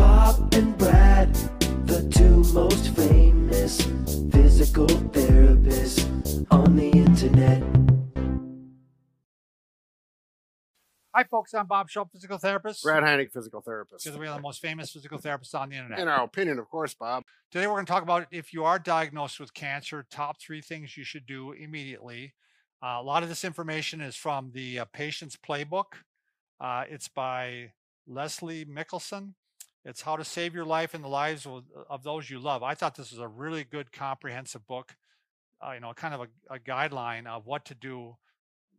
Bob and Brad, the two most famous physical therapists on the internet. Hi, folks. I'm Bob Schultz, physical therapist. Brad Heineck, physical therapist. Because we are the most famous physical therapists on the internet. In our opinion, of course, Bob. Today, we're going to talk about if you are diagnosed with cancer, top three things you should do immediately. Uh, a lot of this information is from the uh, patient's playbook. Uh, it's by Leslie Mickelson. It's How to Save Your Life and the Lives of of Those You Love. I thought this was a really good, comprehensive book, uh, you know, kind of a, a guideline of what to do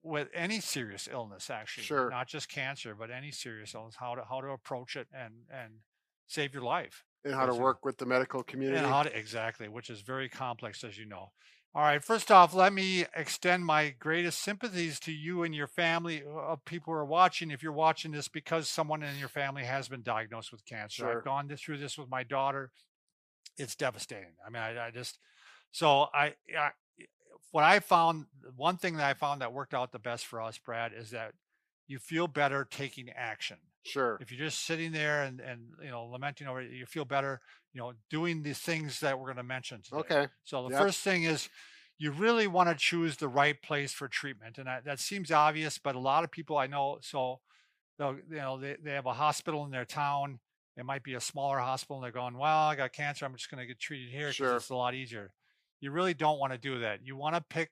with any serious illness, actually. Sure. Not just cancer, but any serious illness, how to, how to approach it and, and save your life. And how to Awesome. work with the medical community. And how to, exactly, which is very complex, as you know. All right. First off, let me extend my greatest sympathies to you and your family uh, of people who are watching. If you're watching this because someone in your family has been diagnosed with cancer, Sure. I've gone th- through this with my daughter. It's devastating. I mean, I, I just so I, I what I found one thing that I found that worked out the best for us, Brad, is that you feel better taking action sure. if you're just sitting there and and you know lamenting over it, you feel better you know doing these things that we're going to mention today. Okay. so the yep. first thing is you really want to choose the right place for treatment and that, that seems obvious but a lot of people i know so they'll you know they, they have a hospital in their town it might be a smaller hospital and they're going well i got cancer i'm just going to get treated here because Sure. it's a lot easier you really don't want to do that you want to pick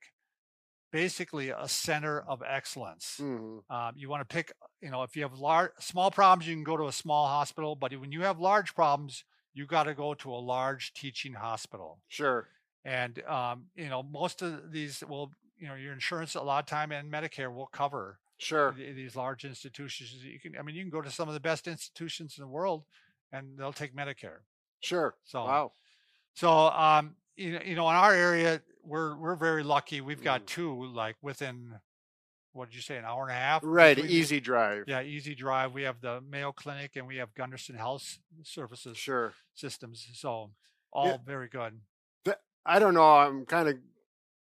basically a center of excellence Mhm. um, you want to pick, you know, if you have large, small problems, you can go to a small hospital. But when you have large problems, you got to go to a large teaching hospital. Sure. And um, you know, most of these will, you know, your insurance a lot of time and Medicare will cover Sure. th- these large institutions. You can, I mean, you can go to some of the best institutions in the world, and they'll take Medicare. Sure. So Wow. so, um, you know, you know, in our area, we're we're very lucky. We've got Mm. two like within, what did you say, an hour and a half? Right. between these- Easy drive. yeah, Easy Drive. We have the Mayo Clinic and we have Gunderson Health Services Sure. systems. So all very good. I don't know. I'm kind of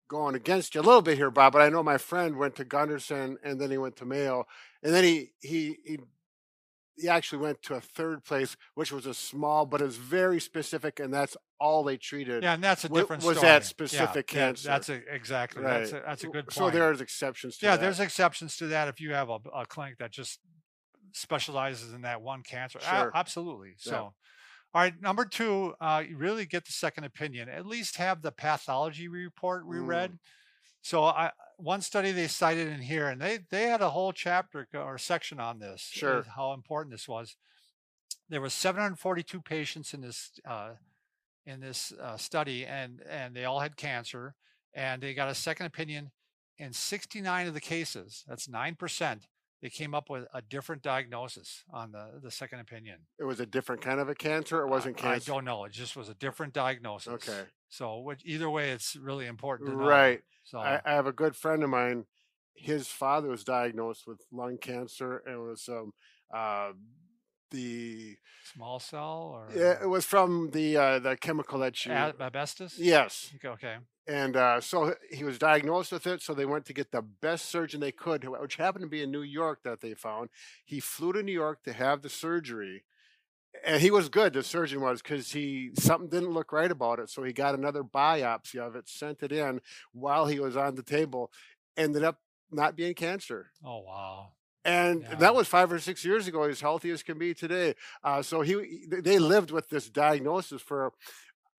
going against you a little bit here, Bob, but I know my friend went to Gunderson and then he went to Mayo. And then he he he he actually went to a third place, which was a small, but it's very specific, and that's all they treated. Yeah, and that's a Wa- different was that story. Yeah, specific yeah, that's a, exactly. That's Right. a, that's a good point. So there's exceptions to yeah, that. there's exceptions to that. If you have a, a clinic that just specializes in that one cancer, A- Sure. absolutely. Yeah. So, all right, number two, uh, you really get the second opinion. At least have the pathology report we Mm. read. So, I one study they cited in here, and they they had a whole chapter co- or section on this. uh, Sure. how important this was. There were 742 patients in this uh, in this uh, study, and and they all had cancer, and they got a second opinion in 69 of the cases, that's 9%, they came up with a different diagnosis on the, the second opinion. it was a different kind of a cancer. It I- wasn't I, cancer. don't know. It just was a different diagnosis. Okay. So which, either way, it's really important to know. Right. So, I, I have a good friend of mine. His father was diagnosed with lung cancer and it was um uh the small cell or yeah, it was from the uh, the chemical that you a- asbestos? yes Okay, Okay. and uh, so he was diagnosed with it so they went to get the best surgeon they could who- which happened to be in New York that they found he flew to New York to have the surgery and he was good the surgeon was because he something didn't look right about it so he got another biopsy of it sent it in while he was on the table ended up not being cancer Oh, wow. and Yeah. that was five or six years ago. He's healthy as can be today. Uh, so he, he- th- they lived with this diagnosis for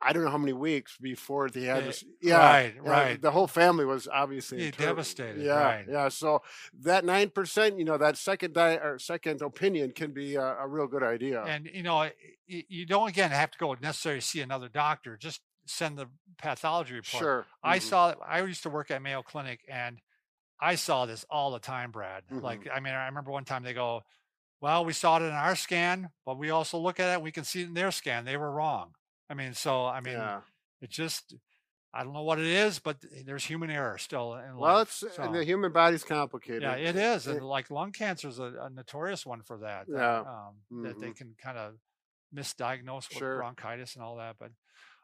I don't know how many weeks before they had They- this. Yeah, Right, yeah, right. The whole family was obviously Yeah, in tur- devastated, Yeah, right. yeah. So that nine percent, you know, that second di- or second opinion can be a, a real good idea. And, you know, y- y- you don't, again, have to go necessarily see another doctor. Just send the pathology report. sure, I mhm, saw I used to work at Mayo Clinic and I saw this all the time, Brad. Mhm. Like I mean, I remember one time they go, Well, we saw it in our scan, but we also look at it, we can see it in their scan. They were wrong. I mean, so I mean yeah. it just I don't know what it is, but th- there's human error still in Well, life. it's and so- the human body's complicated. Eh, yeah, it is. it- And like lung cancer is a, a notorious one for that. that, Yeah, Mm-hmm. um, that they can kind of misdiagnose with Sure. bronchitis and all that. But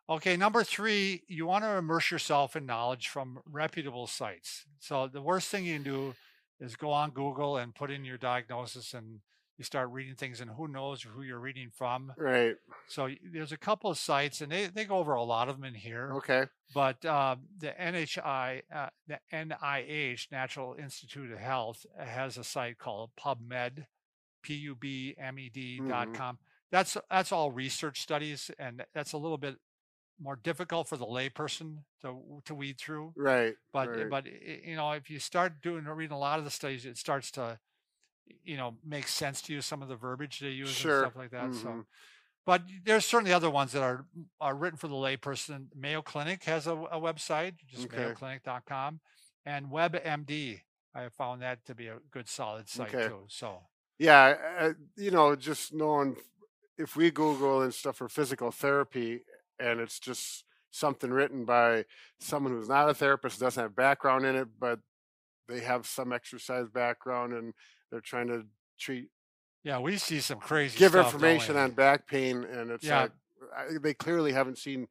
okay, number three, you want to immerse yourself in knowledge from reputable sites. So the worst thing you can do is go on Google and put in your diagnosis and you start reading things and who knows who you're reading from. Right. So y- there's a couple of sites and they, they go over a lot of them in here, Okay. but uh, the NHI, uh, the NIH, Natural Institute of Health, uh, has a site called PubMed, P-U-B-M-E-D E dot Mhm. com. That's, that's all research studies and that's a little bit more difficult for the layperson to, to weed through Right. but eh, right. but i- you know if you start doing reading a lot of the studies it starts to you know make sense to you some of the verbiage they use Sure, and stuff like that so mhm. but there's certainly other ones that are are written for the layperson mayo clinic has a, a website just Okay. mayoclinic.com and webmd i found that to be a good solid site Okay. too so yeah, uh, you know, just knowing if we Google and stuff for physical therapy, and it's just something written by someone who's not a therapist, doesn't have background in it, but they have some exercise background, and they're trying to treat, yeah we see some crazy give stuff, don't information we? on back pain, and it's Yeah. like I, they clearly haven't seen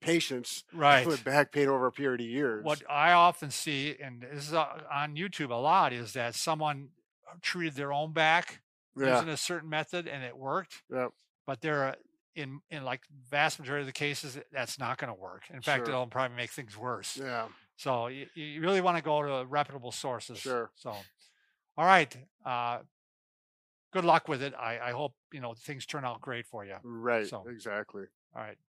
patients right with back pain over a period of years. what I often see, and this is uh, on YouTube a lot, is that someone uh, treated their own back Yeah, using a certain method and it worked. Yep. But there are in in like vast majority of the cases it- that's not going to work. In fact, Sure. it'll probably make things worse. yeah, So you, you really want to go to reputable sources. Sure. So, all right. Uh, good luck with it. I I hope you know things turn out great for you. right, So- exactly. All right.